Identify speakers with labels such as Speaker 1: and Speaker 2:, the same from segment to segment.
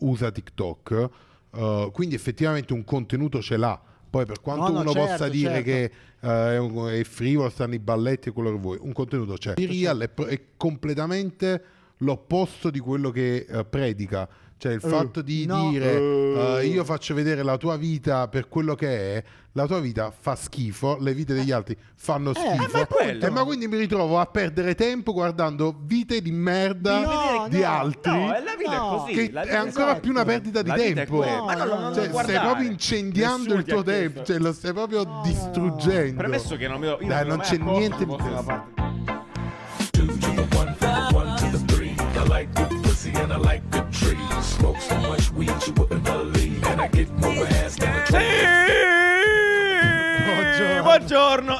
Speaker 1: usa TikTok, eh, quindi effettivamente un contenuto ce l'ha. Poi per quanto
Speaker 2: No, no,
Speaker 1: uno
Speaker 2: certo,
Speaker 1: possa dire
Speaker 2: certo.
Speaker 1: che eh, è, un- è frivolo, stanno i balletti e quello che vuoi, un contenuto c'è.
Speaker 2: Certo,
Speaker 1: Real è, pro- è completamente l'opposto di quello che eh, predica. Cioè il
Speaker 2: Eh,
Speaker 1: fatto di
Speaker 2: no.
Speaker 1: dire
Speaker 2: Eh.
Speaker 1: eh, io faccio vedere la tua vita per quello che è, la tua vita fa schifo, le vite degli altri fanno schifo.
Speaker 2: Eh. ma è quello.
Speaker 1: Eh, ma quindi mi ritrovo a perdere tempo guardando vite di merda
Speaker 2: No,
Speaker 1: di
Speaker 2: no,
Speaker 1: altri.
Speaker 3: No, è la vita è
Speaker 2: No.
Speaker 3: così.
Speaker 1: Che
Speaker 3: la
Speaker 1: è
Speaker 3: vita
Speaker 1: ancora
Speaker 2: esatto.
Speaker 1: più una perdita di
Speaker 3: La vita è
Speaker 1: tempo.
Speaker 3: quella.
Speaker 2: Ma no, no, no,
Speaker 1: Cioè,
Speaker 2: non
Speaker 1: stai
Speaker 3: guardare.
Speaker 1: proprio incendiando
Speaker 3: Nessuno
Speaker 1: il
Speaker 3: ti
Speaker 1: tuo
Speaker 3: ha chiesto.
Speaker 1: tempo, cioè, lo stai proprio
Speaker 2: no, no.
Speaker 1: distruggendo.
Speaker 3: Premesso che non mi io
Speaker 1: Dai,
Speaker 3: mi
Speaker 1: non
Speaker 3: mai
Speaker 1: c'è
Speaker 3: accorto
Speaker 1: niente
Speaker 3: fosse
Speaker 1: di
Speaker 3: una
Speaker 1: questo.
Speaker 3: parte-
Speaker 4: Two to the one, from the one to the three. I like good pussy and I like good trees. Smoke so much weed you wouldn't believe. And I get more ass than a
Speaker 3: Sì, Buongiorno.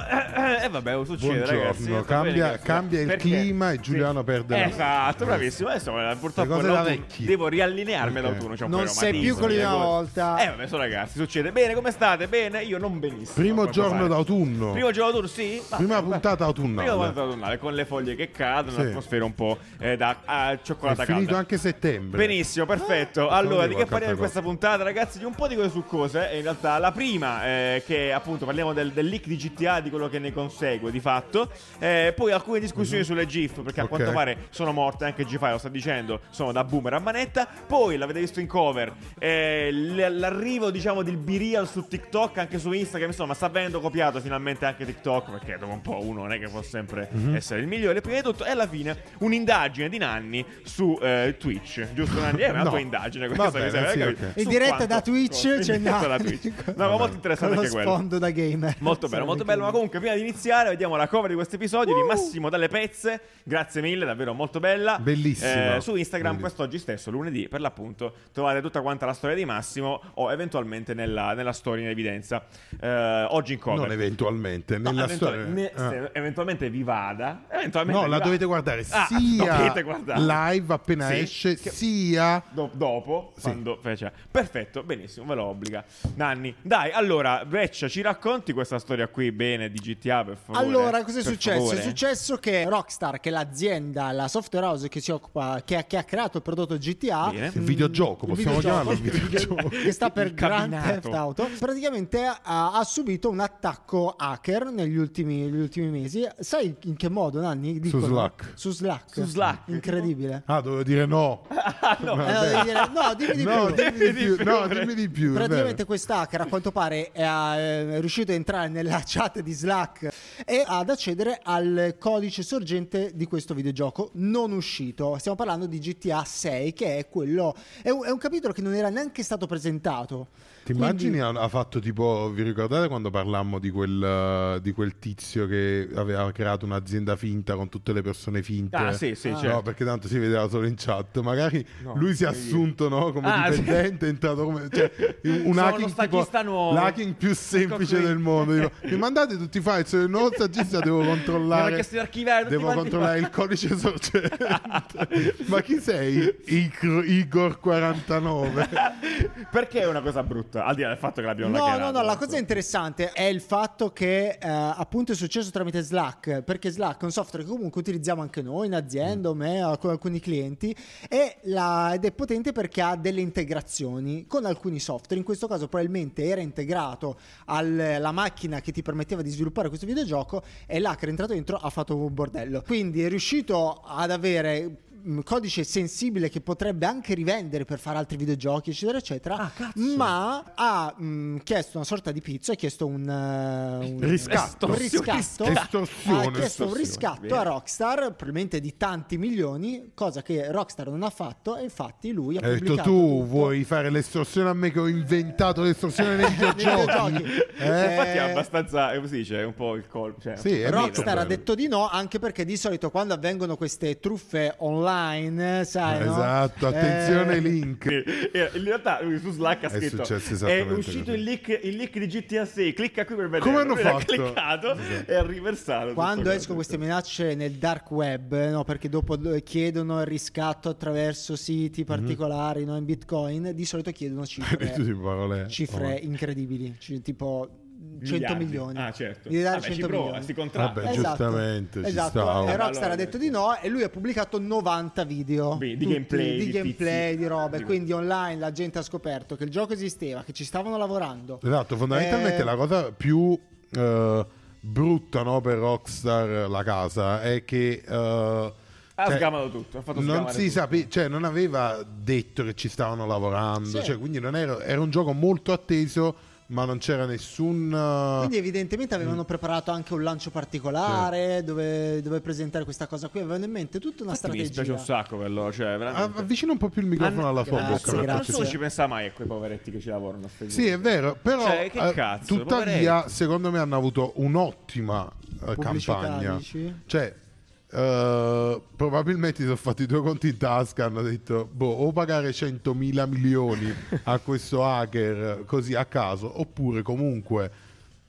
Speaker 3: E vabbè, succede
Speaker 1: Buongiorno,
Speaker 3: ragazzi. Va
Speaker 1: cambia-
Speaker 3: bene, grazie.
Speaker 1: cambia il
Speaker 3: Perché?
Speaker 1: clima e Giuliano
Speaker 3: Sì.
Speaker 1: perde la-
Speaker 3: Esatto, bravissimo. Adesso eh, purtroppo
Speaker 1: Le cose
Speaker 3: è
Speaker 1: da
Speaker 3: l'autunno.
Speaker 1: vecchi.
Speaker 3: devo riallinearmi
Speaker 1: Ok.
Speaker 3: all'autunno. c'è un
Speaker 2: Non
Speaker 3: po' di
Speaker 2: sei più
Speaker 3: romantismo,
Speaker 2: quelli
Speaker 3: di
Speaker 2: una
Speaker 3: agosto.
Speaker 2: volta.
Speaker 3: Eh, vabbè, so ragazzi, succede. Bene, come state? Bene, io non benissimo.
Speaker 1: Primo
Speaker 3: a quanto
Speaker 1: giorno
Speaker 3: pare.
Speaker 1: d'autunno.
Speaker 3: Primo giorno d'autunno, sì. Ma-
Speaker 1: Prima puntata
Speaker 3: ma- Prima puntata
Speaker 1: autunnale.
Speaker 3: autunnale, con le foglie che cadono,
Speaker 1: Sì.
Speaker 3: l'atmosfera un po' eh, da ah,
Speaker 1: È
Speaker 3: cioccolata
Speaker 1: finito
Speaker 3: calda.
Speaker 1: anche Ah, settembre.
Speaker 3: Benissimo, perfetto. Allora, di che
Speaker 1: qualche
Speaker 3: parliamo in
Speaker 1: altra
Speaker 3: questa puntata, ragazzi? Di un po' di cose succose. eh, In realtà, la prima, eh, che appunto parliamo del, del leak di GTA, di quello che ne consegue di fatto. Eh, poi alcune discussioni sulle GIF, perché a
Speaker 1: Ok.
Speaker 3: quanto pare sono morte anche GIF, lo sta dicendo, sono da boomer a manetta. Poi l'avete visto in cover, eh, l- l'arrivo, diciamo, del B-Real su TikTok, anche su Instagram. Insomma, sta venendo copiato finalmente anche TikTok, perché dopo un po' uno non è che può sempre essere il migliore. Prima di tutto, e alla fine, un'indagine di Nanni su eh, Twitch, giusto, Nanni? È una
Speaker 1: No.
Speaker 3: tua indagine
Speaker 1: Va
Speaker 3: questa
Speaker 1: bene,
Speaker 3: mi sembra,
Speaker 1: sì,
Speaker 3: hai
Speaker 1: ok.
Speaker 3: capito?
Speaker 2: In
Speaker 3: Su
Speaker 2: diretta
Speaker 3: quanto
Speaker 2: da Twitch
Speaker 3: costa. In
Speaker 2: c'è
Speaker 3: diretta da
Speaker 2: Nanni.
Speaker 3: Twitch. No, ma molto interessante
Speaker 2: Con
Speaker 3: anche
Speaker 2: lo
Speaker 3: quello.
Speaker 2: sfondo da gamer.
Speaker 3: Molto bello, molto bello. Ma comunque, prima di iniziare, vediamo la cover di questo episodio
Speaker 2: Uh!
Speaker 3: di Massimo Dalle Pezze. Grazie mille, davvero molto bella.
Speaker 1: Bellissima.
Speaker 3: Eh, su Instagram,
Speaker 1: Bellissima.
Speaker 3: quest'oggi stesso, lunedì, per l'appunto, trovate tutta quanta la storia di Massimo o eventualmente nella, nella storia in evidenza. Eh, oggi in cover.
Speaker 1: Non eventualmente,
Speaker 3: No,
Speaker 1: nella
Speaker 3: eventual- ne-
Speaker 1: storia. eh. Ah,
Speaker 3: se eventualmente vi vada, eventualmente
Speaker 1: No,
Speaker 3: vi
Speaker 1: la
Speaker 3: va-
Speaker 1: dovete guardare
Speaker 3: Ah,
Speaker 1: sia
Speaker 3: dovete guardare.
Speaker 1: live appena
Speaker 3: Sì,
Speaker 1: esce,
Speaker 3: che-
Speaker 1: sia
Speaker 3: Do- dopo,
Speaker 1: Sì.
Speaker 3: quando fe- cioè, perfetto, benissimo, ve lo obbliga. Nanni, dai, allora, Breccia, ci racconti questa storia qui bene di GTA, per favore?
Speaker 2: Allora, cos'è
Speaker 3: Per
Speaker 2: successo?
Speaker 3: favore.
Speaker 2: È successo che Rockstar, che è l'azienda, la software house che si occupa, che ha, che ha creato il prodotto GTA,
Speaker 3: Bene.
Speaker 1: il videogioco, possiamo chiamarlo il videogioco.
Speaker 2: mm, che sta per
Speaker 3: Il
Speaker 2: Grand
Speaker 3: camminato.
Speaker 2: Theft Auto, praticamente ha, ha subito un attacco hacker negli ultimi, negli ultimi mesi. Sai in che modo, Nanni? Dicono?
Speaker 1: Slack.
Speaker 2: Su Slack.
Speaker 3: Su Slack.
Speaker 2: Incredibile.
Speaker 1: Ah, dovevo dire no.
Speaker 3: Ah, no.
Speaker 2: Eh,
Speaker 1: Vabbè.
Speaker 2: devi dire- no, dimmi di
Speaker 1: No,
Speaker 2: più.
Speaker 1: dimmi di più. No,
Speaker 3: Pre-
Speaker 1: dimmi di più. è
Speaker 2: Praticamente
Speaker 1: vero.
Speaker 2: quest'hacker a quanto pare è, eh, è riuscito ad entrare nella chat di Slack e ad accedere al codice sorgente di questo videogioco non uscito. Stiamo parlando di GTA 6 che è quello è un, è un capitolo che non era neanche stato presentato.
Speaker 1: Ti immagini ha, ha fatto tipo, vi ricordate quando parlammo di quel, eh, di quel tizio che aveva creato un'azienda finta con tutte le persone finte?
Speaker 3: Ah, sì, sì,
Speaker 2: Ah.
Speaker 3: certo.
Speaker 1: No, perché tanto si vedeva solo in chat. Magari
Speaker 3: No,
Speaker 1: lui si è
Speaker 3: quindi-
Speaker 1: assunto no, come
Speaker 3: Ah, sì.
Speaker 1: dipendente, è entrato come cioè, un
Speaker 3: Sono
Speaker 1: hacking
Speaker 3: lo stagista
Speaker 1: tipo-
Speaker 3: nuovo. Ecco
Speaker 1: L'hacking più semplice
Speaker 3: qui.
Speaker 1: del mondo. tipo, mi mandate tutti i file, sono il nuovo stagista, devo controllare.
Speaker 3: Mi hanno chiesto di archiviare tutti
Speaker 1: Devo
Speaker 3: quanti
Speaker 1: controllare
Speaker 3: i
Speaker 1: il codice sorgente. Ma chi sei? Igor- Igor 49.
Speaker 3: Perché è una cosa brutta, al di là del fatto che l'abbiamo
Speaker 2: No,
Speaker 3: laccherato.
Speaker 2: no, no, la cosa interessante è il fatto che eh, appunto è successo tramite Slack, perché Slack è un software che comunque utilizziamo anche noi in azienda, o me, o con alcuni clienti, e la- ed è potente perché ha delle integrazioni con alcuni software, in questo caso probabilmente era integrato al- alla macchina che ti permetteva di sviluppare questo videogioco e l'hacker è entrato dentro ha fatto un bordello. Quindi è riuscito ad avere mh, codice sensibile che potrebbe anche rivendere per fare altri videogiochi eccetera eccetera ma ha mh, chiesto una sorta di pizzo ha chiesto un, eh, un
Speaker 1: Riscatto.
Speaker 2: un riscatto
Speaker 1: Estorsione.
Speaker 2: ha chiesto un
Speaker 1: Estorsione.
Speaker 2: riscatto
Speaker 3: Bene.
Speaker 2: a Rockstar probabilmente di tanti milioni cosa che Rockstar non ha fatto e infatti lui ha
Speaker 1: Ha detto tu
Speaker 2: pubblicato tutto.
Speaker 1: vuoi fare l'estorsione a me che ho inventato l'estorsione nei
Speaker 2: videogiochi.
Speaker 1: videogiochi. Eh?
Speaker 3: Infatti è abbastanza, eh, come si dice, è un po' il colpo. Cioè,
Speaker 1: Sì, è molto
Speaker 2: Rockstar ha
Speaker 1: bello.
Speaker 2: detto di no anche perché di solito quando avvengono queste truffe online, sai, no?
Speaker 1: Esatto, attenzione
Speaker 2: Eh,
Speaker 1: link.
Speaker 3: Sì, eh, In realtà lui su Slack ha
Speaker 1: È
Speaker 3: scritto
Speaker 1: successo
Speaker 3: è
Speaker 1: esattamente
Speaker 3: uscito
Speaker 1: così."
Speaker 3: il leak, il leak di GTA 6 clicca qui per vedere
Speaker 1: Come hanno
Speaker 3: Lui l'ha
Speaker 1: fatto? Esatto.
Speaker 3: cliccato e ha riversato
Speaker 2: Quando
Speaker 3: tutto
Speaker 2: escono queste
Speaker 3: questo.
Speaker 2: minacce nel dark web, eh, no, perché dopo eh, chiedono il riscatto attraverso siti
Speaker 3: Mhm.
Speaker 2: particolari no, in bitcoin, di solito chiedono
Speaker 1: Hai detto
Speaker 2: cifre,
Speaker 1: di parole. oh.
Speaker 2: cifre incredibili, ci- tipo 100
Speaker 3: Oh. Miliardi.
Speaker 2: milioni.
Speaker 3: Ah, certo.
Speaker 2: Di dare
Speaker 3: Vabbè, ci
Speaker 2: 100
Speaker 3: prova,
Speaker 2: milioni.
Speaker 3: si contratta.
Speaker 1: Vabbè,
Speaker 2: Esatto.
Speaker 1: giustamente, ci
Speaker 2: Esatto.
Speaker 1: stavo.
Speaker 2: E
Speaker 3: Eh,
Speaker 2: Rockstar
Speaker 3: allora-
Speaker 2: ha detto di no e lui ha pubblicato 90 video
Speaker 3: Beh, di
Speaker 2: Tutti
Speaker 3: gameplay,
Speaker 2: di,
Speaker 3: di
Speaker 2: gameplay,
Speaker 3: tizi.
Speaker 2: di robe.
Speaker 3: Di-
Speaker 2: Quindi online la gente ha scoperto che il gioco esisteva, che ci stavano lavorando.
Speaker 1: Esatto, fondamentalmente
Speaker 2: Eh,
Speaker 1: la cosa più eh, brutta no, per Rockstar la casa è che... eh,
Speaker 3: Ha
Speaker 1: cioè,
Speaker 3: sgamato tutto, ha fatto
Speaker 1: non
Speaker 3: sgamare
Speaker 1: si
Speaker 3: tutto.
Speaker 1: sapeva, cioè non aveva detto che ci stavano lavorando,
Speaker 2: Sì.
Speaker 1: cioè, quindi non era, era un gioco molto atteso, ma non c'era nessun... eh,
Speaker 2: Quindi evidentemente avevano preparato anche un lancio particolare dove, dove presentare questa cosa qui, avevano in mente tutta una
Speaker 3: Infatti Mi dispiace
Speaker 2: strategia.
Speaker 3: un sacco per loro, cioè veramente.
Speaker 1: av- eh, avvicina un po' più Ah, il microfono
Speaker 3: Ah,
Speaker 1: alla sua
Speaker 2: grazie,
Speaker 1: bocca.
Speaker 2: grazie.
Speaker 1: perché
Speaker 3: Non
Speaker 1: ci
Speaker 3: solo
Speaker 1: sta-
Speaker 3: ci pensa mai a quei poveretti che ci lavorano. a sti
Speaker 1: Sì, è
Speaker 3: giochi.
Speaker 1: vero, però
Speaker 3: Cioè, che
Speaker 1: eh,
Speaker 3: cazzo,
Speaker 1: tuttavia secondo me hanno avuto un'ottima eh,
Speaker 2: Pubblicità,
Speaker 1: campagna.
Speaker 2: dici?
Speaker 1: Cioè, eh, probabilmente si sono fatti due conti in tasca, hanno detto, boh, o pagare 100 mila milioni a questo hacker eh, così a caso, oppure comunque...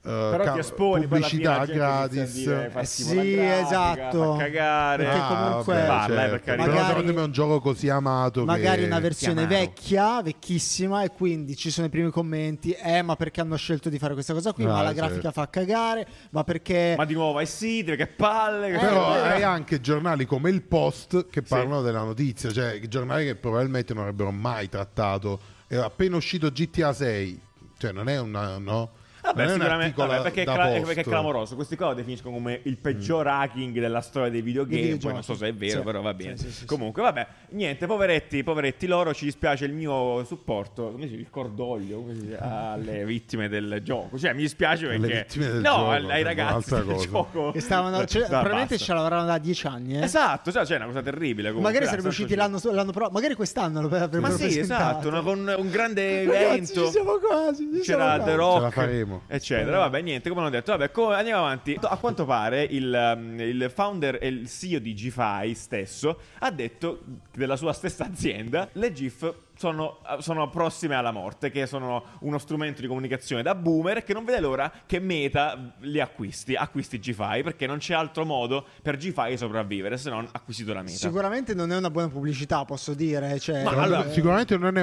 Speaker 1: eh,
Speaker 3: Però
Speaker 1: ca-
Speaker 3: ti esponi poi alla fine
Speaker 1: pubblicità
Speaker 3: la gente
Speaker 1: gratis.
Speaker 3: inizia a dire, fa
Speaker 2: Eh
Speaker 3: schifo la
Speaker 2: sì,
Speaker 3: grafica,
Speaker 2: esatto.
Speaker 3: Fa cagare.
Speaker 2: Perché
Speaker 1: Ah,
Speaker 2: comunque-
Speaker 1: vabbè,
Speaker 3: Parla, eh, per
Speaker 1: certo.
Speaker 3: carità.
Speaker 1: Però
Speaker 2: Magari-
Speaker 1: secondo me è un gioco così amato
Speaker 2: Magari
Speaker 1: che...
Speaker 2: una versione
Speaker 3: Chiamaro.
Speaker 2: vecchia, vecchissima, e quindi ci sono i primi commenti. Eh, ma perché hanno scelto di fare questa cosa qui? ma
Speaker 1: Ah,
Speaker 2: la grafica
Speaker 1: certo.
Speaker 2: fa cagare, ma perché.
Speaker 3: Ma di nuovo ai siti, che palle. che-
Speaker 1: Però
Speaker 2: Eh,
Speaker 1: hai anche giornali come il Post che parlano della notizia, cioè giornali che probabilmente non avrebbero mai trattato. È appena uscito GTA 6, cioè non è una. No?
Speaker 3: Vabbè,
Speaker 1: non è un
Speaker 3: sicuramente
Speaker 1: articolo
Speaker 3: vabbè, perché, è
Speaker 1: da
Speaker 3: cla-
Speaker 1: posto.
Speaker 3: perché è clamoroso. Questi qua lo definiscono come il peggior hacking della storia dei videogame.
Speaker 2: Mm. Dei
Speaker 3: Poi
Speaker 2: videogiochi.
Speaker 3: non so se è vero,
Speaker 2: Sì.
Speaker 3: però va bene.
Speaker 2: Sì, sì, sì, sì.
Speaker 3: Comunque, vabbè, niente, poveretti, poveretti loro. Ci dispiace il mio supporto, come si dice, il cordoglio come si dice, Ah, alle vittime del gioco. Cioè, mi dispiace
Speaker 1: Alle
Speaker 3: perché.
Speaker 1: vittime del
Speaker 3: no,
Speaker 1: gioco,
Speaker 3: ai ragazzi
Speaker 1: un'altra
Speaker 3: del
Speaker 1: cosa.
Speaker 3: gioco.
Speaker 2: Che stavano, cioè,
Speaker 3: No,
Speaker 2: probabilmente
Speaker 3: basta.
Speaker 2: ci lavoravano da dieci anni. Eh?
Speaker 3: Esatto, cioè, cioè, è una cosa terribile. Comunque.
Speaker 2: magari
Speaker 3: dai,
Speaker 2: sarebbero usciti
Speaker 3: stanno giù.
Speaker 2: l'anno, l'anno prossimo, magari quest'anno lo avrebbero
Speaker 3: Ma sì,
Speaker 2: presentato.
Speaker 3: esatto, una- con un grande
Speaker 2: Ragazzi,
Speaker 3: evento.
Speaker 2: ci siamo quasi. ci siamo
Speaker 3: C'era
Speaker 2: quasi.
Speaker 3: The Rock,
Speaker 1: Ce la faremo.
Speaker 3: eccetera. Vabbè, niente, come hanno detto, vabbè, co- andiamo avanti. A quanto pare il, um, il founder e il CEO di GFI stesso ha detto della sua stessa azienda, le GIF sono, sono prossime alla morte, che sono uno strumento di comunicazione da boomer che non vede l'ora che Meta li acquisti, acquisti GFI, perché non c'è altro modo per GFI sopravvivere se non acquisito la Meta.
Speaker 2: Sicuramente non è una buona pubblicità, posso dire. Cioè,
Speaker 3: Ma
Speaker 1: Secondo-
Speaker 3: allora-
Speaker 1: sicuramente non è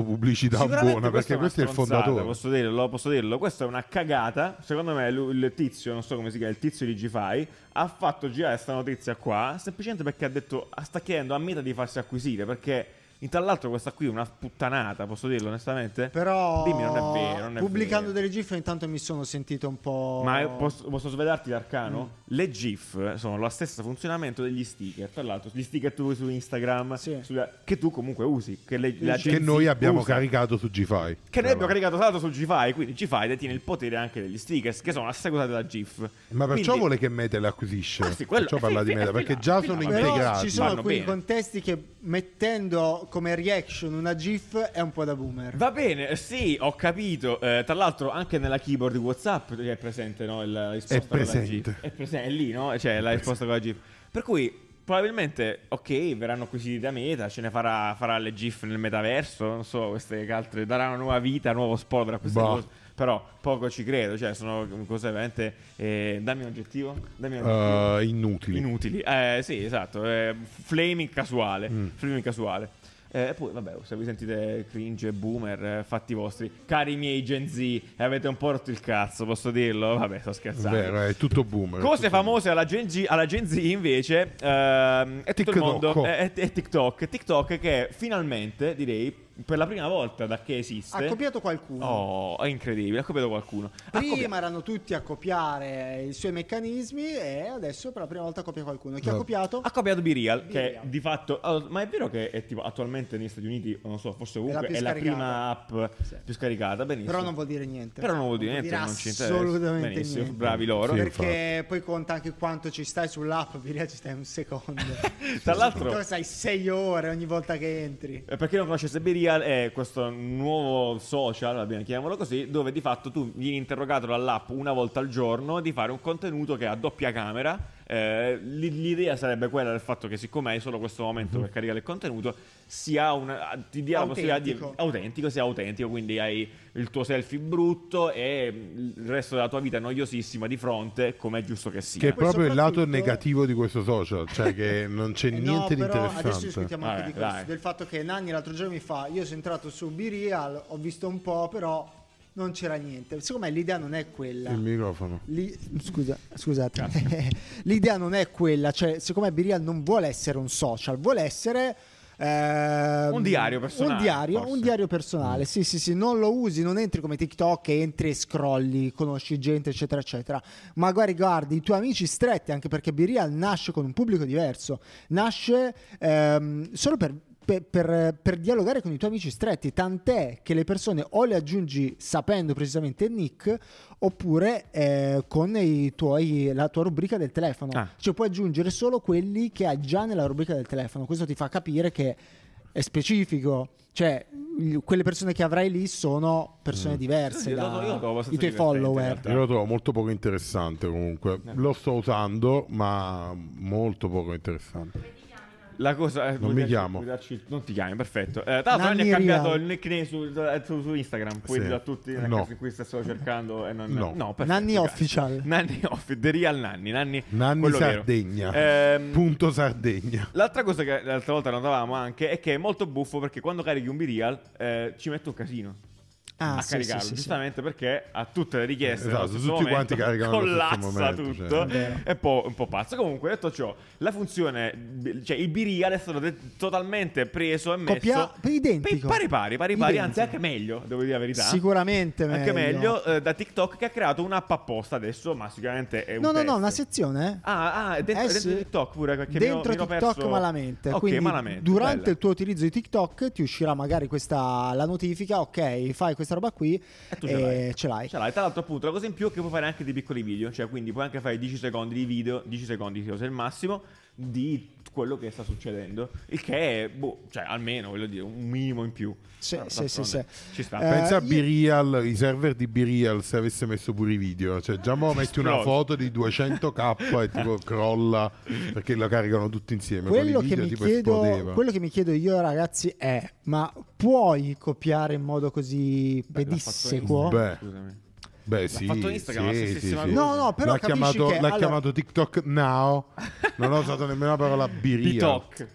Speaker 1: un'autopubblicità
Speaker 3: Sicuramente
Speaker 1: buona
Speaker 3: questa
Speaker 1: perché questo è il
Speaker 3: una stronzata,
Speaker 1: fondatore.
Speaker 3: Posso dirlo, posso dirlo. Questa è una cagata. Secondo me lui- il tizio, non so come si chiama, il tizio di GFI ha fatto girare questa notizia qua semplicemente perché ha detto sta chiedendo a Meta di farsi acquisire perché in tra l'altro questa qui è una puttanata, posso dirlo onestamente?
Speaker 2: Però
Speaker 3: Dimmi, non è vero, non è
Speaker 2: pubblicando
Speaker 3: vero.
Speaker 2: delle GIF intanto mi sono sentito un po'...
Speaker 3: Ma io posso, posso svelarti l'arcano?
Speaker 2: Mm.
Speaker 3: Le GIF sono lo stesso funzionamento degli sticker. Tra l'altro, gli sticker tu su Instagram,
Speaker 2: Sì.
Speaker 3: sulla- che tu comunque usi, che, le, la
Speaker 1: Che
Speaker 3: Gen Z
Speaker 1: noi abbiamo
Speaker 3: usa.
Speaker 1: caricato su G5.
Speaker 3: Che ne abbiamo caricato tra l'altro su GFI, quindi GFI detiene il potere anche degli stickers, che sono la seconda della GIF.
Speaker 1: Ma perciò
Speaker 3: Quindi-
Speaker 1: vuole che Meta le acquisisce.
Speaker 3: Ah, sì, quello-
Speaker 1: perciò
Speaker 3: eh,
Speaker 1: parla
Speaker 3: sì,
Speaker 1: di
Speaker 3: sì,
Speaker 1: Meta
Speaker 3: eh,
Speaker 1: perché
Speaker 3: sì,
Speaker 1: già
Speaker 3: sì,
Speaker 1: sono
Speaker 3: ma-
Speaker 2: Però
Speaker 1: integrati.
Speaker 2: ci sono
Speaker 3: Vanno
Speaker 2: alcuni
Speaker 3: bene.
Speaker 2: contesti che mettendo come reaction una GIF è un po' da boomer.
Speaker 3: Va bene, eh, sì, ho capito. Eh, tra l'altro anche nella keyboard di WhatsApp è presente no, il- la risposta con la
Speaker 1: presente.
Speaker 3: GIF. È presente, è lì, no? Cioè la risposta con la GIF. Per cui probabilmente, ok, verranno acquisiti da Meta, ce ne farà, farà le GIF nel metaverso, non so, queste che altre daranno nuova vita, nuovo spolvero a queste
Speaker 1: Bah.
Speaker 3: cose. Però poco ci credo, cioè sono cose veramente... eh, dammi un oggettivo. Dammi un oggettivo.
Speaker 1: Eh, inutili. Mm.
Speaker 3: Inutili. Eh, sì, esatto. eh, flaming casuale. Flaming casuale. Eh, e poi, vabbè, se vi sentite cringe e boomer, eh, fatti vostri. Cari miei Gen Z, eh, avete un po' rotto il cazzo, posso dirlo? Vabbè, sto scherzando.
Speaker 1: Vero, eh, è tutto boomer.
Speaker 3: Cose
Speaker 1: Tutto
Speaker 3: famose alla Gen, Z, alla Gen Z invece ehm, è tutto
Speaker 1: TikTok.
Speaker 3: il mondo, è, è- è TikTok. TikTok che finalmente, direi, per la prima volta da che esiste...
Speaker 2: Ha copiato qualcuno.
Speaker 3: Oh, è incredibile, ha copiato qualcuno. Ha copiato-
Speaker 2: Prima erano tutti a copiare i suoi meccanismi e adesso per la prima volta copia qualcuno. Chi ha
Speaker 1: No.
Speaker 2: copiato?
Speaker 3: Ha copiato B-Real, che
Speaker 2: B-Real.
Speaker 3: di fatto. allora, ma è vero che è tipo, attualmente negli Stati Uniti, non so, forse ovunque,
Speaker 2: più
Speaker 3: è la prima
Speaker 2: scaricata.
Speaker 3: app
Speaker 2: Sì.
Speaker 3: più scaricata. Benissimo.
Speaker 2: Però non vuol dire niente.
Speaker 3: Però non vuol dire niente, non ci interessa.
Speaker 2: Assolutamente
Speaker 3: Benissimo,
Speaker 2: niente.
Speaker 3: bravi loro.
Speaker 1: Sì,
Speaker 2: Perché poi conta anche quanto ci stai sull'app, Viria ci stai un secondo.
Speaker 3: Tra l'altro.
Speaker 2: Tu stai 6 ore ogni volta che entri.
Speaker 3: Eh, Per chi non conoscesse B-Real è questo nuovo social, va bene, chiamiamolo così, dove di fatto tu vieni interrogato dall'app una volta al giorno di fare un contenuto che ha doppia camera. Eh, l'i- l'idea sarebbe quella del fatto che siccome hai solo questo momento per caricare il contenuto, sia un, ti dia la possibilità di
Speaker 2: Autentico.
Speaker 3: autentico, sia autentico, quindi hai il tuo selfie brutto e il resto della tua vita noiosissima di fronte, come è giusto che sia.
Speaker 1: Che è
Speaker 2: Poi
Speaker 1: proprio il lato
Speaker 2: soprattutto-
Speaker 1: negativo di questo social, cioè che non c'è
Speaker 2: Eh
Speaker 1: niente
Speaker 2: no,
Speaker 1: di
Speaker 2: però
Speaker 1: interessante.
Speaker 2: adesso discutiamo anche di
Speaker 3: Vabbè,
Speaker 2: questo,
Speaker 3: Eh, dai.
Speaker 2: del fatto che Nanni l'altro giorno mi fa, io sono entrato su B-Real, ho visto un po', però non c'era niente. Siccome l'idea non è quella.
Speaker 1: Il microfono.
Speaker 2: Lì- scusa, scusate, l'idea non è quella, cioè siccome Birial non vuole essere un social, vuole essere... ehm,
Speaker 3: Un diario personale,
Speaker 2: Un diario,
Speaker 3: forse.
Speaker 2: un diario personale, sì sì sì, non lo usi, non entri come TikTok e entri e scrolli, conosci gente eccetera eccetera, magari guardi i tuoi amici stretti anche perché Birial nasce con un pubblico diverso, nasce ehm, solo per... per- per- per dialogare con i tuoi amici stretti, tant'è che le persone o le aggiungi sapendo precisamente il nick oppure eh, con i tuoi- la tua rubrica del telefono.
Speaker 3: Ah.
Speaker 2: Cioè puoi aggiungere solo quelli che hai già nella rubrica del telefono. Questo ti fa capire che è specifico. Cioè, gli- quelle persone che avrai lì sono persone diverse.
Speaker 3: Io lo-
Speaker 2: da-
Speaker 3: io lo trovo abbastanza
Speaker 2: I tuoi
Speaker 3: divertente, in
Speaker 2: follower.
Speaker 3: realtà.
Speaker 1: Io lo trovo molto poco interessante comunque.
Speaker 2: Eh.
Speaker 1: Lo sto usando, ma molto poco interessante.
Speaker 3: La cosa, eh, vuoi
Speaker 1: mi
Speaker 3: darci-
Speaker 1: chiamo.
Speaker 3: vuoi darci- non ti chiami, perfetto. Eh, tra l'altro, Nanni
Speaker 2: Nanni
Speaker 3: ha cambiato
Speaker 2: Rial.
Speaker 3: il nickname su, eh, su- su Instagram. Quindi
Speaker 1: Sì.
Speaker 3: da tutti
Speaker 1: No.
Speaker 3: ragazzi in cui stessero cercando. E non,
Speaker 1: No.
Speaker 3: perfetto,
Speaker 2: Nanni
Speaker 3: grazie.
Speaker 2: Official.
Speaker 3: Nanni Official, The Real Nanni. Nanni,
Speaker 1: Nanni
Speaker 3: quello vero.
Speaker 1: Sardegna.
Speaker 3: Ehm,
Speaker 1: Punto Sardegna.
Speaker 3: L'altra cosa che l'altra volta notavamo anche è che è molto buffo perché quando carichi un B-Real eh, ci mette un casino
Speaker 2: Ah,
Speaker 3: a
Speaker 2: sì,
Speaker 3: caricarlo,
Speaker 2: sì, sì, sì.
Speaker 3: giustamente perché ha tutte le richieste.
Speaker 1: Esatto,
Speaker 3: nello stesso
Speaker 1: tutti
Speaker 3: momento,
Speaker 1: quanti caricano allo stesso momento,
Speaker 3: Collassa
Speaker 1: cioè.
Speaker 3: tutto.
Speaker 1: È
Speaker 2: vero.
Speaker 3: È un po', un po' pazzo. Comunque, detto ciò, la funzione, cioè il B-Real è stato de- totalmente preso e messo.
Speaker 2: Copia- identico.
Speaker 3: Pari pari, pari pari,
Speaker 2: Identico.
Speaker 3: anzi anche meglio, devo dire la verità.
Speaker 2: Sicuramente meglio.
Speaker 3: Anche meglio eh, da TikTok che ha creato un'app apposta adesso, ma sicuramente è un
Speaker 2: No, no, no,
Speaker 3: test.
Speaker 2: una sezione. eh.
Speaker 3: Ah, ah, è dentro,
Speaker 2: Eh
Speaker 3: è dentro
Speaker 2: sì.
Speaker 3: TikTok pure perché mi ero-
Speaker 2: dentro
Speaker 3: mi ero
Speaker 2: TikTok
Speaker 3: perso-
Speaker 2: malamente.
Speaker 3: Ok,
Speaker 2: Quindi
Speaker 3: malamente,
Speaker 2: durante
Speaker 3: bella.
Speaker 2: il tuo utilizzo di TikTok ti uscirà magari questa la notifica, ok, fai questa roba qui
Speaker 3: E
Speaker 2: e,
Speaker 3: tu ce l'hai.
Speaker 2: ce l'hai.
Speaker 3: Ce l'hai. Tra l'altro, appunto, la cosa in più è che puoi fare anche dei piccoli video, cioè quindi puoi anche fare 10 secondi di video, 10 secondi, se è il massimo, di quello che sta succedendo. Il che è, boh, cioè almeno, voglio dire, un minimo in più.
Speaker 2: Sì,
Speaker 3: Però,
Speaker 2: sì, sì,
Speaker 3: d'altronde,
Speaker 2: sì.
Speaker 3: Ci sta.
Speaker 2: Eh,
Speaker 1: Pensa a
Speaker 2: io-
Speaker 1: B-Real, i server di B-Real se avesse messo pure i video, cioè già mo metti una
Speaker 3: Esplode.
Speaker 1: foto di 200k e tipo crolla perché la caricano tutti insieme,
Speaker 2: Quello
Speaker 1: con i
Speaker 2: che,
Speaker 1: video
Speaker 2: mi
Speaker 1: tipo
Speaker 2: chiedo,
Speaker 1: esplodeva.
Speaker 2: quello che mi chiedo io, ragazzi, è: ma puoi copiare in modo così
Speaker 3: Beh, l'ha fatto
Speaker 2: pedissequo?
Speaker 1: Beh.
Speaker 3: Instagram, Scusami.
Speaker 1: Beh, sì,
Speaker 3: fatto Instagram, la
Speaker 1: sì, sì,
Speaker 3: stessissima
Speaker 1: sì.
Speaker 3: cosa.
Speaker 2: No, no, però
Speaker 1: l'ha
Speaker 2: capisci
Speaker 1: chiamato,
Speaker 2: che-
Speaker 1: l'ha
Speaker 2: allora-
Speaker 1: chiamato TikTok Now, non ho usato nemmeno la parola B-Real.
Speaker 3: TikTok.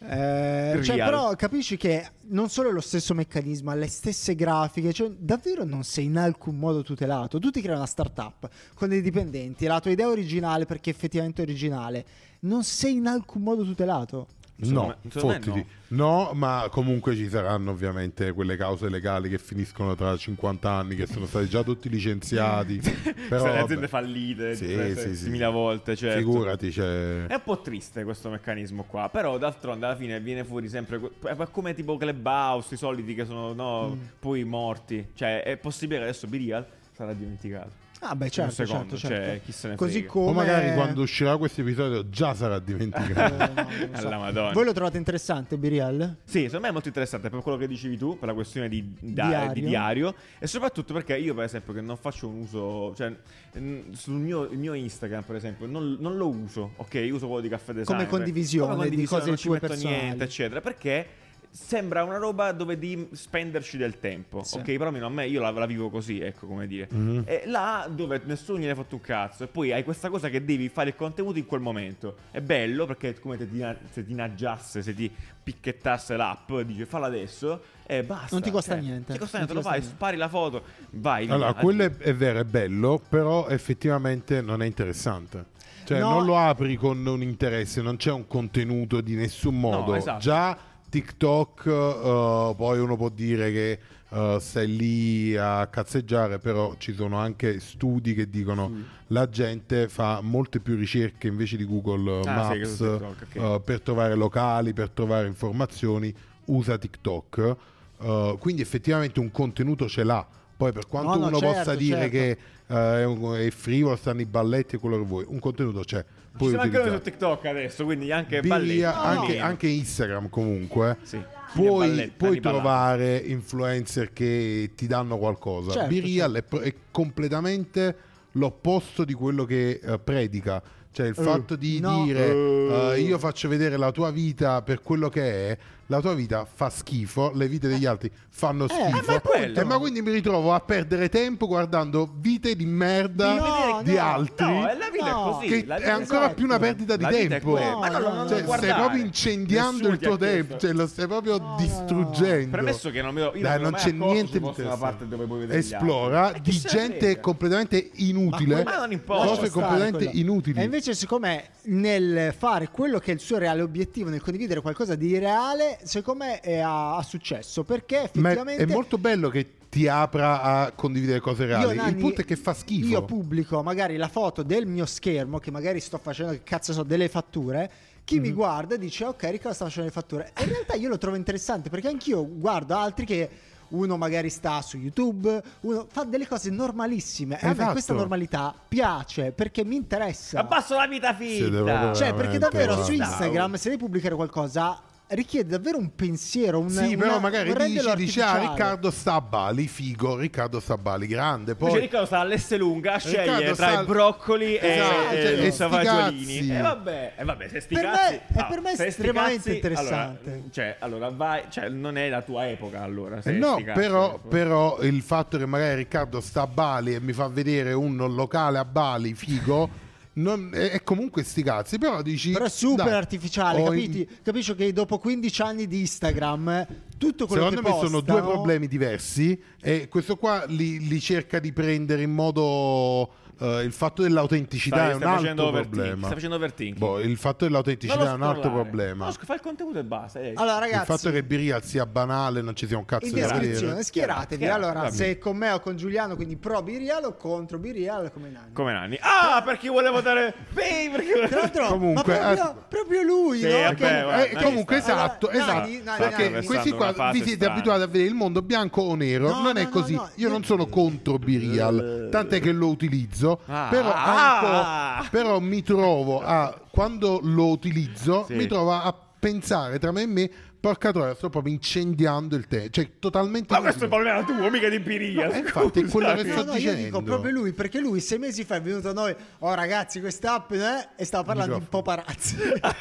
Speaker 2: Eh, cioè,
Speaker 3: Real.
Speaker 2: però capisci che non solo è lo stesso meccanismo, ha le stesse grafiche, cioè davvero non sei in alcun modo tutelato. Tu ti crei una startup con dei dipendenti, la tua idea è originale perché è effettivamente originale, non sei in alcun modo tutelato.
Speaker 1: No,
Speaker 3: Secondo me- secondo me
Speaker 1: fottiti. No. ma comunque ci saranno ovviamente quelle cause legali che finiscono tra 50 anni, che sono stati già tutti licenziati. però,
Speaker 3: Se le
Speaker 1: vabbè.
Speaker 3: aziende fallite
Speaker 1: Sì,
Speaker 3: cioè,
Speaker 1: sì, sì.
Speaker 3: 7000 volte, certo.
Speaker 1: Figurati, cioè. c'è...
Speaker 3: È un po' triste questo meccanismo qua, però d'altronde alla fine viene fuori sempre que- è come tipo Clubhouse, i soliti che sono no,
Speaker 2: Mm.
Speaker 3: poi morti. Cioè, è possibile che adesso Birial sarà dimenticato.
Speaker 2: Ah, beh, certo,
Speaker 3: secondo,
Speaker 2: certo, certo.
Speaker 3: cioè, chi se ne
Speaker 2: Così
Speaker 3: frega.
Speaker 2: come
Speaker 1: O magari quando uscirà questo episodio già sarà dimenticato.
Speaker 2: Eh, no, non lo so.
Speaker 3: Alla Madonna.
Speaker 2: Voi lo trovate interessante, Birial?
Speaker 3: Sì, secondo me è molto interessante per quello che dicevi tu, per la questione di da- di diario.
Speaker 2: Diario.
Speaker 3: e soprattutto perché io per esempio che non faccio un uso, cioè mh, sul mio, il mio Instagram per esempio non, non lo uso, ok, io uso quello di caffè design.
Speaker 2: Come
Speaker 3: per-
Speaker 2: condivisione
Speaker 3: come
Speaker 2: di
Speaker 3: condivisione,
Speaker 2: cose
Speaker 3: non ci
Speaker 2: tue
Speaker 3: metto
Speaker 2: personali.
Speaker 3: niente, eccetera, perché sembra una roba dove di spenderci del tempo,
Speaker 2: Sì. Mhm.
Speaker 3: ok, però almeno a me io la, la vivo così, ecco come dire. E là dove nessuno gliene ha fatto un cazzo e poi hai questa cosa che devi fare il contenuto in quel momento. È bello perché è come se ti, se ti naggiasse, se ti picchettasse l'app, dice falla adesso e basta.
Speaker 2: Non ti costa
Speaker 3: Cioè,
Speaker 2: niente.
Speaker 3: Ti costa
Speaker 2: Non
Speaker 3: niente,
Speaker 2: ti costa
Speaker 3: lo fai,
Speaker 2: niente.
Speaker 3: spari la foto, vai.
Speaker 1: allora,
Speaker 3: via,
Speaker 1: quello
Speaker 3: addio.
Speaker 1: è, è vero, è bello, però effettivamente non è interessante. Cioè,
Speaker 2: No.
Speaker 1: non lo apri con un interesse, non c'è un contenuto di nessun modo.
Speaker 3: esatto.
Speaker 1: Già TikTok, eh, poi uno può dire che eh, stai lì a cazzeggiare, però ci sono anche studi che dicono la gente fa molte più ricerche invece di Google eh,
Speaker 3: Ah, sì, che
Speaker 1: Maps
Speaker 3: su TikTok, ok.
Speaker 1: eh, per trovare locali, per trovare informazioni, usa TikTok. Eh, quindi effettivamente un contenuto ce l'ha. Poi per quanto
Speaker 2: No, no,
Speaker 1: uno
Speaker 2: certo,
Speaker 1: possa dire
Speaker 2: certo.
Speaker 1: che eh, è, un- è frivolo, stanno i balletti e quello che vuoi, un contenuto c'è.
Speaker 3: Ci
Speaker 1: Puoi
Speaker 3: siamo anche noi su
Speaker 1: utilizzare.
Speaker 3: TikTok adesso, quindi anche
Speaker 1: Via,
Speaker 3: balletti.
Speaker 1: anche,
Speaker 3: almeno.
Speaker 1: anche Instagram comunque.
Speaker 3: Sì.
Speaker 1: Puoi,
Speaker 3: Balletti,
Speaker 1: puoi
Speaker 3: Hannibal.
Speaker 1: trovare influencer che ti danno qualcosa.
Speaker 2: Certo,
Speaker 1: B-Real è pro- È, completamente l'opposto di quello che eh, predica. Cioè il
Speaker 2: Eh,
Speaker 1: fatto di
Speaker 2: no.
Speaker 1: dire
Speaker 3: Eh.
Speaker 1: eh, io faccio vedere la tua vita per quello che è la tua vita fa schifo, le vite degli altri fanno schifo.
Speaker 3: ma è quello.
Speaker 1: Eh, ma quindi mi ritrovo a perdere tempo guardando vite di merda
Speaker 2: No,
Speaker 1: di
Speaker 2: no,
Speaker 1: altri.
Speaker 3: No, è la vita
Speaker 2: No.
Speaker 3: è così.
Speaker 1: Che
Speaker 3: la
Speaker 1: è
Speaker 3: vita
Speaker 1: ancora
Speaker 2: esatto.
Speaker 1: più una perdita di
Speaker 3: La vita è
Speaker 1: tempo.
Speaker 3: quella. Ma no, no, no,
Speaker 1: Cioè,
Speaker 3: guardare.
Speaker 1: stai proprio incendiando
Speaker 3: Nessuno
Speaker 1: il
Speaker 3: ti ha
Speaker 1: tuo
Speaker 3: chiesto.
Speaker 1: tempo, cioè, lo stai proprio
Speaker 2: no, no.
Speaker 1: distruggendo.
Speaker 3: Premesso che non mi- io non
Speaker 1: Dai,
Speaker 3: mi
Speaker 1: non
Speaker 3: mai
Speaker 1: c'è
Speaker 3: accorto
Speaker 1: niente
Speaker 3: ci
Speaker 1: di
Speaker 3: fosse una
Speaker 1: testa.
Speaker 3: parte dove puoi vedere gli
Speaker 1: Esplora
Speaker 3: altri. Ma chi
Speaker 1: di
Speaker 3: se ne
Speaker 1: gente
Speaker 3: frega?
Speaker 1: completamente inutile,
Speaker 3: Ma- ma non importa. Cioè,
Speaker 1: cose
Speaker 2: Lascia stare
Speaker 1: completamente
Speaker 2: quella.
Speaker 1: inutili.
Speaker 2: E invece, siccome nel fare quello che è il suo reale obiettivo, nel condividere qualcosa di reale, secondo me è- ha, ha successo. Perché
Speaker 1: Ma
Speaker 2: effettivamente.
Speaker 1: è molto bello che ti apra a condividere cose
Speaker 2: Io,
Speaker 1: reali.
Speaker 2: Nanni,
Speaker 1: il punto è che fa schifo.
Speaker 2: Io pubblico magari la foto del mio schermo, che magari sto facendo, che cazzo so, delle fatture. Chi
Speaker 1: Mhm.
Speaker 2: mi guarda dice, ok, Riccardo sta facendo le fatture. E in realtà io lo trovo interessante perché anch'io guardo altri che. Uno magari sta su YouTube, uno fa delle cose normalissime. E a me
Speaker 1: Esatto.
Speaker 2: questa normalità piace perché mi
Speaker 1: cioè.
Speaker 2: interessa.
Speaker 3: Abbasso la vita
Speaker 1: Siete
Speaker 3: finta.
Speaker 1: proprio-
Speaker 2: Cioè, perché davvero
Speaker 1: Veramente,
Speaker 2: su
Speaker 1: guarda.
Speaker 2: Instagram, se devi pubblicare qualcosa, richiede davvero un pensiero. Un,
Speaker 1: sì,
Speaker 2: una-
Speaker 1: però magari
Speaker 2: un
Speaker 1: dici,
Speaker 2: renderlo
Speaker 1: dici, ah,
Speaker 2: artificiale."
Speaker 1: Riccardo sta a Bali, figo, Riccardo sta a Bali, grande.
Speaker 3: Poi
Speaker 1: Poi
Speaker 3: Riccardo sta all'esse lunga a
Speaker 1: Riccardo
Speaker 3: scegliere tra
Speaker 1: sta-
Speaker 3: i broccoli
Speaker 1: Esatto,
Speaker 3: e,
Speaker 1: cioè,
Speaker 3: e
Speaker 1: e
Speaker 3: i
Speaker 1: sti cazzi.
Speaker 3: savagiolini. E vabbè, e vabbè, se sti
Speaker 2: Per me-
Speaker 3: cazzi-
Speaker 2: e per me è
Speaker 3: se sti
Speaker 2: estremamente
Speaker 3: cazzi-
Speaker 2: interessante.
Speaker 3: allora, cioè, allora vai, cioè, non è la tua epoca allora.
Speaker 1: Eh
Speaker 3: se
Speaker 1: no,
Speaker 3: sti cazzi.
Speaker 1: però, però il fatto che magari Riccardo sta a Bali e mi fa vedere un locale a Bali figo non- è, è comunque sti cazzi. Però dici.
Speaker 2: Però è super
Speaker 1: dai,
Speaker 2: artificiale,
Speaker 1: ho in-
Speaker 2: capiti? Capisci che dopo 15 anni di Instagram, eh, tutto quello
Speaker 1: Secondo
Speaker 2: che
Speaker 1: me sono
Speaker 2: postano-
Speaker 1: due problemi diversi e questo qua li, li cerca di prendere in modo eh, il fatto dell'autenticità
Speaker 3: Stai-
Speaker 1: è un
Speaker 3: stai facendo
Speaker 1: altro
Speaker 3: overthinking,
Speaker 1: problema.
Speaker 3: stai facendo overthinking.
Speaker 1: Boh, il fatto
Speaker 3: Non lo
Speaker 1: dell'autenticità è un altro
Speaker 3: scrollare.
Speaker 1: problema.
Speaker 3: No, sc- fa il contenuto e basta. eh.
Speaker 2: Allora,
Speaker 1: il fatto
Speaker 2: ragazzi.
Speaker 1: che Birial sia banale, non ci sia un cazzo
Speaker 2: In
Speaker 1: da
Speaker 2: descrizione,
Speaker 1: vedere.
Speaker 2: schieratevi.
Speaker 3: Schierate,
Speaker 2: allora,
Speaker 3: vabbè.
Speaker 2: se con me o con Giuliano, quindi pro Birial o contro Birial, come Nanni.
Speaker 3: Come Nanni. Ah, per chi vuole votare... Beh, perché...
Speaker 2: Tra l'altro,
Speaker 1: Comunque,
Speaker 2: ma proprio,
Speaker 1: eh,
Speaker 2: proprio lui, no?
Speaker 3: Sì, vabbè,
Speaker 2: Che-
Speaker 3: guarda,
Speaker 1: Eh, comunque
Speaker 2: sta.
Speaker 1: esatto,
Speaker 2: Allora,
Speaker 1: esatto.
Speaker 2: Nanni, Nanni,
Speaker 1: perché
Speaker 2: Nanni.
Speaker 1: questi
Speaker 3: Sta
Speaker 1: qua
Speaker 3: attraversando una
Speaker 1: vi siete
Speaker 3: fase
Speaker 1: abituati a vedere il mondo bianco o nero,
Speaker 2: No,
Speaker 1: non è
Speaker 2: no,
Speaker 1: così.
Speaker 2: no, no,
Speaker 1: Io
Speaker 2: io-
Speaker 1: non sono contro Birial, tant'è che lo utilizzo,
Speaker 3: Ah.
Speaker 1: però,
Speaker 3: Ah.
Speaker 1: anco- però mi trovo a quando lo utilizzo,
Speaker 3: Sì.
Speaker 1: mi trovo a pensare tra me e me Porca troia, sto proprio incendiando il tè, cioè totalmente.
Speaker 3: Ma questo è un
Speaker 1: inutile.
Speaker 3: problema tuo, mica di Piria.
Speaker 1: Eh, infatti, è quello che
Speaker 2: No,
Speaker 1: sto
Speaker 2: no, io
Speaker 1: dicendo.
Speaker 2: dico proprio lui perché lui sei mesi fa è venuto a noi oh ragazzi quest'app eh?" e stava parlando di
Speaker 1: Microfono.
Speaker 2: Poparazzi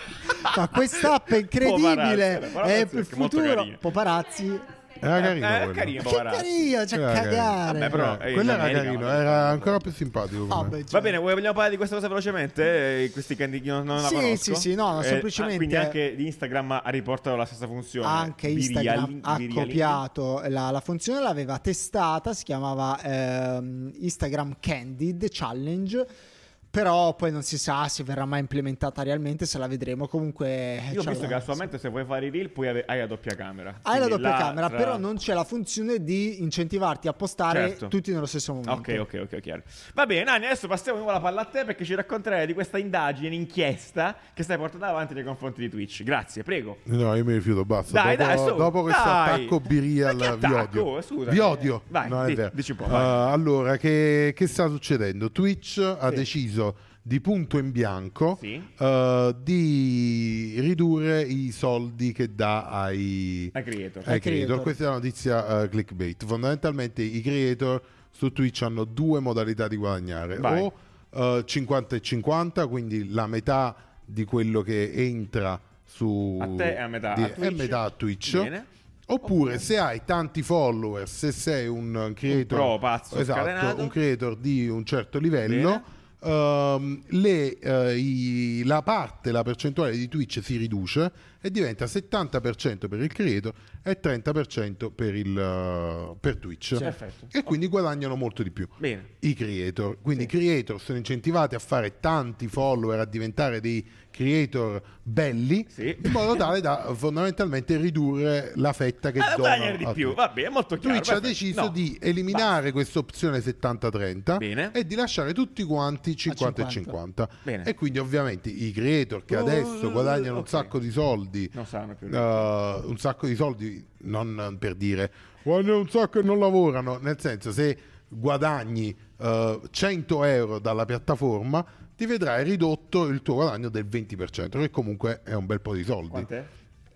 Speaker 2: ma quest'app è incredibile è
Speaker 3: Poparazzi, Poparazzi,
Speaker 2: il
Speaker 3: che è molto
Speaker 2: futuro
Speaker 3: carino.
Speaker 2: Poparazzi
Speaker 1: Era carino.
Speaker 3: Eh,
Speaker 1: quello.
Speaker 3: carino,
Speaker 2: ma che
Speaker 3: Poparazzi.
Speaker 2: carino cioè
Speaker 1: Era carino.
Speaker 2: cagare
Speaker 3: Vabbè, però,
Speaker 1: Eh,
Speaker 3: eh,
Speaker 1: quello
Speaker 3: in
Speaker 1: era
Speaker 3: America,
Speaker 1: carino,
Speaker 3: vabbè.
Speaker 1: era ancora più simpatico.
Speaker 2: Ah,
Speaker 1: come-
Speaker 2: beh,
Speaker 3: Va
Speaker 2: cioè.
Speaker 3: bene, vuoi- vogliamo parlare di questa cosa velocemente? Eh, Questi candy che io non la
Speaker 2: Sì,
Speaker 3: conosco.
Speaker 2: sì, sì, no, no,
Speaker 3: Eh,
Speaker 2: semplicemente-
Speaker 3: ah, quindi anche di Instagram ha riportato la stessa funzione.
Speaker 2: cioè, anche Instagram ha copiato la, la funzione, l'aveva testata, si chiamava ehm, Instagram Candid Challenge. Però poi non si sa se verrà mai implementata realmente, se la vedremo. Comunque. eh,
Speaker 3: Io ho
Speaker 2: c'è
Speaker 3: visto che
Speaker 2: la-
Speaker 3: attualmente se vuoi fare i reel puoi ave- hai la doppia camera.
Speaker 2: Hai la
Speaker 3: Quindi
Speaker 2: doppia
Speaker 3: là
Speaker 2: camera,
Speaker 3: tra-
Speaker 2: però non c'è la funzione di incentivarti a postare
Speaker 3: Certo.
Speaker 2: tutti nello stesso momento.
Speaker 3: Ok, ok, ok, chiaro. Va bene, Nani, adesso passiamo di nuovo la palla a te perché ci racconterai di questa indagine, inchiesta che stai portando avanti nei confronti di Twitch. Grazie, prego.
Speaker 1: No, io mi rifiuto, basta.
Speaker 3: Dai,
Speaker 1: dopo,
Speaker 3: dai, su,
Speaker 1: dopo questo
Speaker 3: dai.
Speaker 1: attacco
Speaker 3: Ma
Speaker 1: Birial
Speaker 3: che
Speaker 1: vi
Speaker 3: attacco?
Speaker 1: odio.
Speaker 3: Scusa. eh,
Speaker 1: vi odio.
Speaker 3: Vai,
Speaker 1: No, è
Speaker 3: di-
Speaker 1: vero.
Speaker 3: dici un po',
Speaker 1: Eh,
Speaker 3: vai.
Speaker 1: allora, che, che sta succedendo? Twitch ha
Speaker 3: Sì.
Speaker 1: deciso di punto in bianco
Speaker 3: Sì.
Speaker 1: eh, di ridurre i soldi che dà ai,
Speaker 3: Ai creator.
Speaker 1: ai creator.
Speaker 2: Ai creator.
Speaker 1: Questa è una notizia eh, clickbait. Fondamentalmente i creator su Twitch hanno due modalità di guadagnare.
Speaker 3: Vai.
Speaker 1: O eh, 50 e 50, quindi la metà di quello che entra su
Speaker 3: A te e a metà
Speaker 1: di-
Speaker 3: a Twitch.
Speaker 1: e metà a Twitch.
Speaker 3: Bene.
Speaker 1: Oppure se hai tanti follower, se sei un creator,
Speaker 3: pro pazzo
Speaker 1: esatto,
Speaker 3: scatenato.
Speaker 1: un creator di un certo livello, ehm, le, eh, i- la parte, la percentuale di Twitch si riduce e diventa 70% per il creator e 30% per, il, eh, per Twitch.
Speaker 3: Perfetto.
Speaker 1: E quindi guadagnano molto di più
Speaker 3: Bene.
Speaker 1: i creator. Quindi i creator sono incentivati a fare tanti follower, a diventare dei creator belli,
Speaker 3: Sì.
Speaker 1: in modo tale da fondamentalmente ridurre la fetta che
Speaker 3: Ah,
Speaker 1: donano.
Speaker 3: guadagnare di
Speaker 1: a
Speaker 3: più,
Speaker 1: Twitch.
Speaker 3: vabbè, è molto chiaro.
Speaker 1: Twitch ha
Speaker 3: perfetto.
Speaker 1: deciso
Speaker 3: No.
Speaker 1: di eliminare questa opzione 70-30
Speaker 3: Bene.
Speaker 1: e di lasciare tutti quanti 50 e 50.
Speaker 3: Bene.
Speaker 1: E quindi ovviamente i creator che
Speaker 3: Uh,
Speaker 1: adesso guadagnano un
Speaker 3: ok.
Speaker 1: sacco di soldi,
Speaker 3: Non sanno più.
Speaker 1: eh, un sacco di soldi, non per dire guadagnano un sacco e non lavorano, nel senso se guadagni eh, 100 euro dalla piattaforma ti vedrai ridotto il tuo guadagno del 20%, che comunque è un bel po' di soldi.
Speaker 3: Quant'è?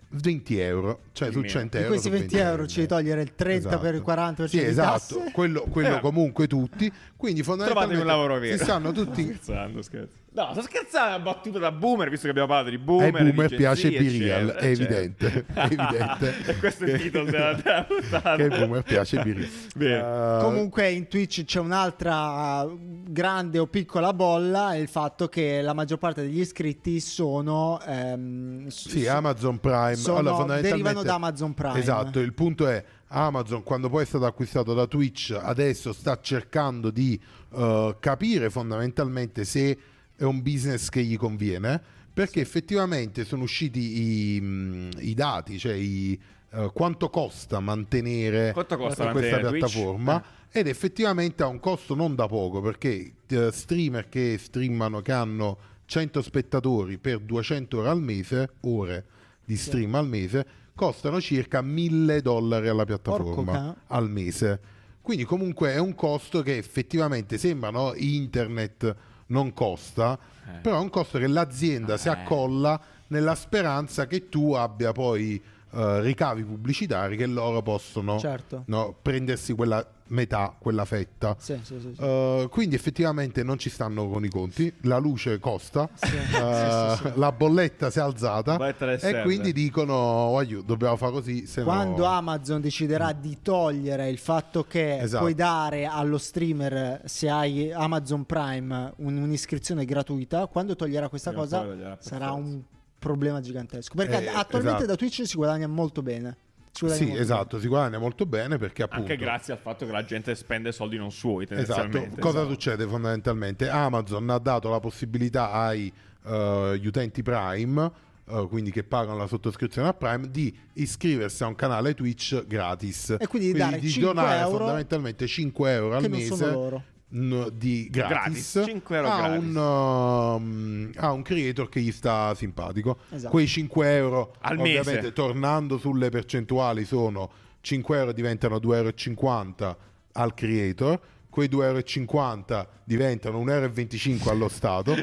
Speaker 1: 20 euro, cioè
Speaker 3: Di
Speaker 1: su
Speaker 3: meno.
Speaker 1: 100
Speaker 2: Di
Speaker 1: euro.
Speaker 2: questi
Speaker 1: sono
Speaker 2: 20 euro ci devi togliere il 30 per il 40%
Speaker 1: Sì,
Speaker 2: di
Speaker 1: esatto,
Speaker 2: tasse.
Speaker 1: quello, quello
Speaker 3: Eh.
Speaker 1: comunque tutti. Quindi
Speaker 3: Trovatevi
Speaker 1: fondamentalmente
Speaker 3: un lavoro vero.
Speaker 1: si stanno tutti
Speaker 3: Scherzando, scherzo. No, sto scherzando, è una battuta da boomer, visto che abbiamo parlato di
Speaker 1: Ai
Speaker 3: boomer. di
Speaker 1: boomer
Speaker 3: Gen
Speaker 1: piace
Speaker 3: Z,
Speaker 1: Birial,
Speaker 3: eccetera,
Speaker 1: è
Speaker 3: eccetera.
Speaker 1: evidente. È evidente.
Speaker 3: e questo è il titolo della, della puntata.
Speaker 1: Che ai boomer piace Birial.
Speaker 3: Bene.
Speaker 1: Eh,
Speaker 2: Comunque in Twitch c'è un'altra grande o piccola bolla, è il fatto che la maggior parte degli iscritti sono... ehm, s-
Speaker 1: Sì,
Speaker 2: s-
Speaker 1: Amazon Prime.
Speaker 2: sono-
Speaker 1: Allora, fondamentalmente-
Speaker 2: derivano da Amazon Prime.
Speaker 1: Esatto, il punto è Amazon quando poi è stato acquistato da Twitch adesso sta cercando di eh, capire fondamentalmente se è un business che gli conviene perché effettivamente sono usciti i, mh, i dati, cioè i, eh, quanto costa mantenere
Speaker 3: Quanto costa
Speaker 1: questa
Speaker 3: mantenere Twitch?
Speaker 1: piattaforma Eh. ed effettivamente ha un costo non da poco perché eh, streamer che streamano che hanno 100 spettatori per 200 ore al mese ore di stream al mese costano circa 1000 dollari alla piattaforma
Speaker 2: Porco ca-
Speaker 1: al mese quindi comunque è un costo che effettivamente sembra no? internet non costa
Speaker 3: Eh.
Speaker 1: però è un costo che l'azienda si
Speaker 3: Eh.
Speaker 1: accolla nella speranza che tu abbia poi eh, ricavi pubblicitari che loro possono
Speaker 2: Certo.
Speaker 1: no, prendersi quella metà, quella fetta.
Speaker 2: Sì, sì, sì, sì.
Speaker 1: Eh, quindi effettivamente non ci stanno con i conti, la luce costa,
Speaker 2: Sì,
Speaker 1: eh,
Speaker 2: sì, sì, sì.
Speaker 1: la bolletta si è alzata
Speaker 3: Bolletta del
Speaker 1: Ah, e
Speaker 3: server.
Speaker 1: quindi dicono "Aiù, dobbiamo fare così. Se no- Mm.
Speaker 2: Quando Amazon deciderà di togliere il fatto che
Speaker 1: Esatto.
Speaker 2: puoi dare allo streamer, se hai Amazon Prime, un- un'iscrizione gratuita, quando toglierà questa
Speaker 3: Prima o
Speaker 2: cosa
Speaker 3: poi toglierà, per
Speaker 2: sarà
Speaker 3: forza.
Speaker 2: un problema gigantesco. Perché
Speaker 1: Eh,
Speaker 2: attualmente
Speaker 1: esatto.
Speaker 2: da Twitch si guadagna molto bene. Si guadagna
Speaker 1: Sì,
Speaker 2: molto bene.
Speaker 1: esatto, si guadagna molto bene perché appunto...
Speaker 3: Anche grazie al fatto che la gente spende soldi non suoi,
Speaker 1: Esatto,
Speaker 3: tendenzialmente.
Speaker 1: cosa
Speaker 3: Esatto.
Speaker 1: succede fondamentalmente? Amazon ha dato la possibilità agli utenti Prime, eh, quindi che pagano la sottoscrizione a Prime, di iscriversi a un canale Twitch gratis.
Speaker 2: E quindi di dare
Speaker 1: di
Speaker 2: 5
Speaker 1: donare
Speaker 2: euro
Speaker 1: fondamentalmente 5 euro
Speaker 2: che
Speaker 1: al
Speaker 2: non sono
Speaker 1: mese.
Speaker 2: loro.
Speaker 1: n- Di gratis,
Speaker 3: Gratis, 5 euro
Speaker 1: a,
Speaker 3: gratis.
Speaker 1: Un, um, a un creator che gli sta simpatico.
Speaker 2: Esatto.
Speaker 1: Quei 5 euro
Speaker 3: Al mese.
Speaker 1: ovviamente tornando sulle percentuali sono 5 euro diventano 2,50 euro al creator quei 2,50 euro diventano 1,25 euro allo Stato,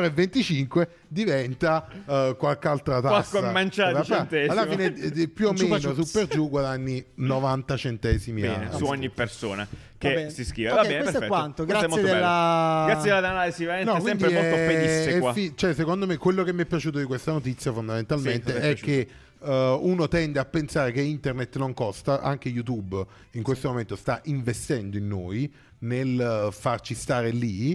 Speaker 1: quell'1,25 diventa eh, qualche altra tassa.
Speaker 3: Qualche manciata di
Speaker 1: Alla-
Speaker 3: centesimo.
Speaker 1: Alla fine eh, di- più o
Speaker 2: Un Chupa
Speaker 1: meno
Speaker 2: Chups.
Speaker 1: super giù guadagni 90 centesimi
Speaker 3: Bene,
Speaker 1: a-
Speaker 3: su ogni persona
Speaker 2: Va
Speaker 3: che
Speaker 2: bene.
Speaker 3: si iscrive.
Speaker 2: Ok,
Speaker 3: Va bene,
Speaker 2: questo è
Speaker 3: perfetto.
Speaker 2: quanto.
Speaker 3: Questo
Speaker 2: Grazie
Speaker 3: è molto
Speaker 2: della-
Speaker 3: bello. Grazie dell'analisi, veramente
Speaker 1: No,
Speaker 3: sempre
Speaker 1: quindi
Speaker 3: molto
Speaker 1: è-
Speaker 3: pedissequa.
Speaker 1: è fi- cioè, secondo me quello che mi è piaciuto di questa notizia
Speaker 3: Sì,
Speaker 1: fondamentalmente
Speaker 3: cosa ti è
Speaker 1: è che eh, uno tende a pensare che internet non costa, anche YouTube in questo momento sta investendo in noi nel eh, farci stare lì.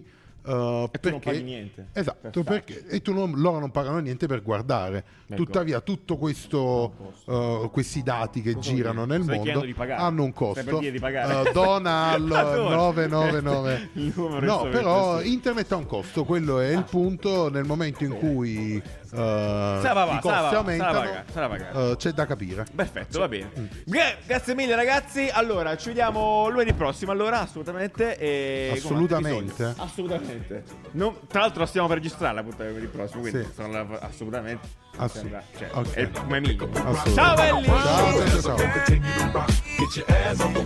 Speaker 1: eh,
Speaker 3: E tu non paghi niente.
Speaker 1: Esatto,
Speaker 3: Per farci. Ecco.
Speaker 1: perché e tu non- loro non pagano niente per guardare.
Speaker 3: Vergogna.
Speaker 1: Tuttavia, tutto questo, eh, questi dati che
Speaker 3: Cosa vuol
Speaker 1: girano
Speaker 3: dire?
Speaker 1: nel
Speaker 3: Stai
Speaker 1: mondo
Speaker 3: chiedendo di pagare.
Speaker 1: hanno un
Speaker 3: Stai per
Speaker 1: costo.
Speaker 3: dire di pagare.
Speaker 1: Eh, dona al
Speaker 3: Ah, dona.
Speaker 1: 999.
Speaker 3: Il
Speaker 1: no,
Speaker 3: numero giusto
Speaker 1: però
Speaker 3: per questo.
Speaker 1: internet ha un costo, quello
Speaker 3: Ah.
Speaker 1: è il punto. Nel momento in cui eh,
Speaker 3: Se la va,
Speaker 1: i
Speaker 3: se la va, se
Speaker 1: costi
Speaker 3: la
Speaker 1: aumentano,
Speaker 3: paga, se la paga.
Speaker 1: eh, c'è da capire.
Speaker 3: Perfetto, va bene. Gra- grazie mille ragazzi. Allora, ci vediamo lunedì prossimo. Allora, assolutamente. E...
Speaker 1: Assolutamente.
Speaker 3: come al solito. Assolutamente. Non- tra l'altro, la stiamo per registrare la puntata di lunedì prossimo. Quindi,
Speaker 1: Sì.
Speaker 3: sono la- assolutamente.
Speaker 1: Assu-
Speaker 3: sembra- cioè,
Speaker 1: ok.
Speaker 3: è come minimo.
Speaker 1: Assolutamente.
Speaker 3: Ciao belli.
Speaker 1: Ciao, ciao, ciao.
Speaker 4: Continue to rock. Get your ass on the